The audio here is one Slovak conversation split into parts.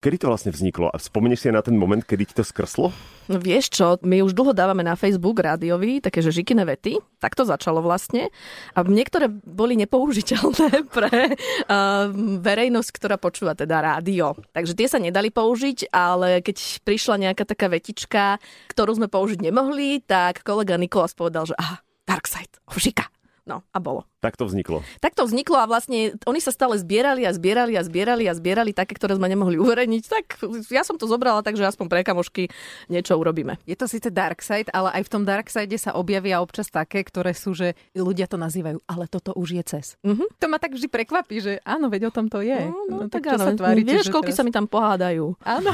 Kedy to vlastne vzniklo? A spomenieš si aj na ten moment, kedy ti to skrslo? No vieš čo, my už dlho dávame na Facebook rádiovi také, že žikine vety, tak to začalo vlastne. A niektoré boli nepoužiteľné pre uh, verejnosť, ktorá počúva teda rádio. Takže tie sa nedali použiť, ale keď prišla nejaká taká vetička, ktorú sme použiť nemohli, tak kolega Nikolás povedal, že aha, Darkside, žika. No a bolo. Tak to vzniklo. Tak to vzniklo a vlastne oni sa stále zbierali a zbierali a zbierali a zbierali také, ktoré sme nemohli uverejniť. Tak ja som to zobrala, takže aspoň pre kamošky niečo urobíme. Je to síce dark side, ale aj v tom dark side sa objavia občas také, ktoré sú, že ľudia to nazývajú, ale toto už je ces. Mhm. To ma tak vždy prekvapí, že áno, veď o tom to je. No, no, čo áno, sa tvárite, Vieš, že koľky sa teraz- mi tam pohádajú. Áno.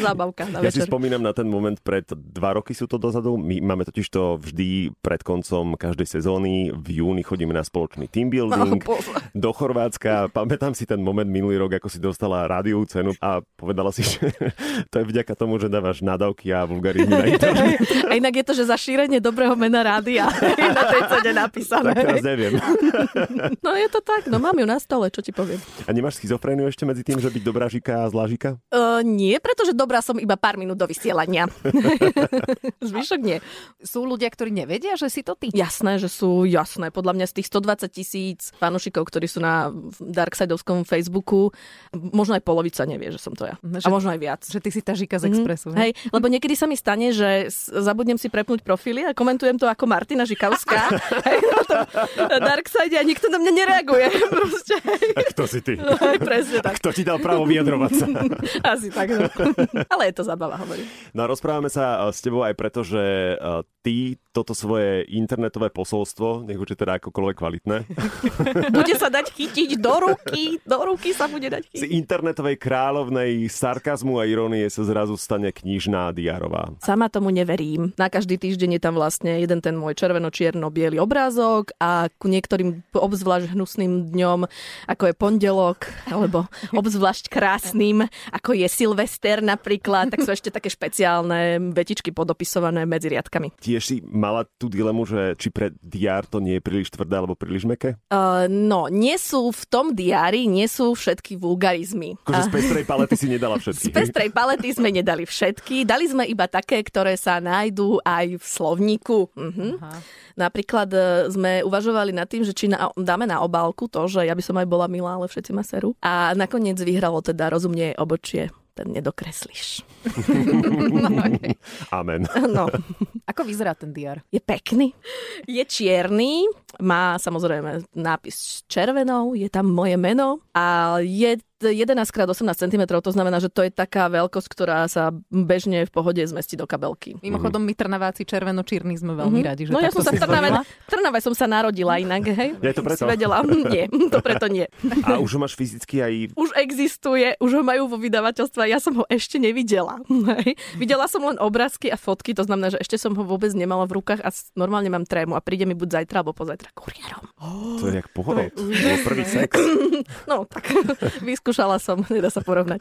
Zábavka na Ja si večer. spomínam na ten moment pred dva roky sú to dozadu. My máme totiž to vždy pred koncom každej sezóny. V júni chodíme na spoločný team building Oh, bože. do Chorvátska. Pamätám si ten moment minulý rok, ako si dostala rádiovú cenu a povedala si, že to je vďaka tomu, že dávaš nadávky a vulgarizmy na internet. A inak je to, že za šírenie dobrého mena rádia je na tej cene napísané. Tak teraz neviem. No je to tak, no mám ju na stole, čo ti poviem. A nemáš schizofréniu ešte medzi tým, že byť dobrá žika a zlá žika? Uh, nie, pretože dobrá som iba pár minút do vysielania. Zvyšok nie. Sú ľudia, ktorí nevedia, že si to ty. Jasné, že sú, jasné. Podľa mňa z tých 120 tisíc fanúšikov, ktorí sú na Darksideovskom Facebooku, možno aj polovica nevie, že som to ja. No, A že- možno aj viac. Že ty si tá žika z Expressu. Mhm. Hej, lebo niekedy sa mi stane, že s- zabudnem si prepnúť profily a komentujem to ako Martina Žikavská. hej, no na tom Darkside a nikto na mňa nereaguje. Proste, hej. no, A kto si ty? Hej, presne A tak. kto ti dal právo vyjadrovať sa? Asi tak, no. Ale je to zabava, hovorím. No a rozprávame sa eh, s tebou aj preto, že eh, ty toto svoje internetové posolstvo, nech už je teda akokoľvek kvalitné, Bude sa dať chytiť do ruky, do ruky sa bude z dať chytiť. internetovej kráľovnej sarkazmu a irónie sa zrazu stane knižná diarová. Sama tomu neverím. Na každý týždeň je tam vlastne jeden ten môj červeno-čierno-biely obrázok a ku niektorým obzvlášť hnusným dňom, ako je pondelok, alebo obzvlášť krásnym, ako je Silvester napríklad, tak sú ešte také špeciálne vetičky podopisované medzi riadkami. Tiež si mala tú dilemu, že či pre diár to nie je príliš tvrdé alebo príliš meké? Uh, no, nie sú v tom diári, nie sú všetky vulgarizmy. Akože A- z pestrej palety si nedala všetky. Z pestrej palety sme nedali všetky, dali sme iba také, ktoré sa nájdú aj v slovníku. Mhm. Napríklad e, sme uvažovali nad tým, že či na, dáme na obálku to, že ja by som aj bola milá, ale všetci ma serú. A nakoniec vyhralo teda rozumne obočie, ten nedokreslíš. Amen. No, Ako vyzerá ten diar? je pekný, je čierny, má samozrejme nápis s červenou, je tam moje meno a je t- 11x18 cm, to znamená, že to je taká veľkosť, ktorá sa bežne v pohode zmestí do kabelky. Mimochodom, my trnaváci červeno-čírni sme veľmi Mhm. radi, že no ja takto som sa si v Trnave, zvolila. v Trnave som sa narodila inak, hej. Ja to preto. Si vedela, mm, nie, to preto nie. A už ho máš fyzicky aj... Už existuje, už ho majú vo vydavateľstve, ja som ho ešte nevidela. Hej. Videla som len obrázky a fotky, to znamená, že ešte som ho vôbec nemala v rukách a s- normálne mám trému a príde mi buď zajtra alebo pozajtra kuriérom. To je jak pohovor. To je prvý sex. No tak, vyskúšala som, nedá sa porovnať.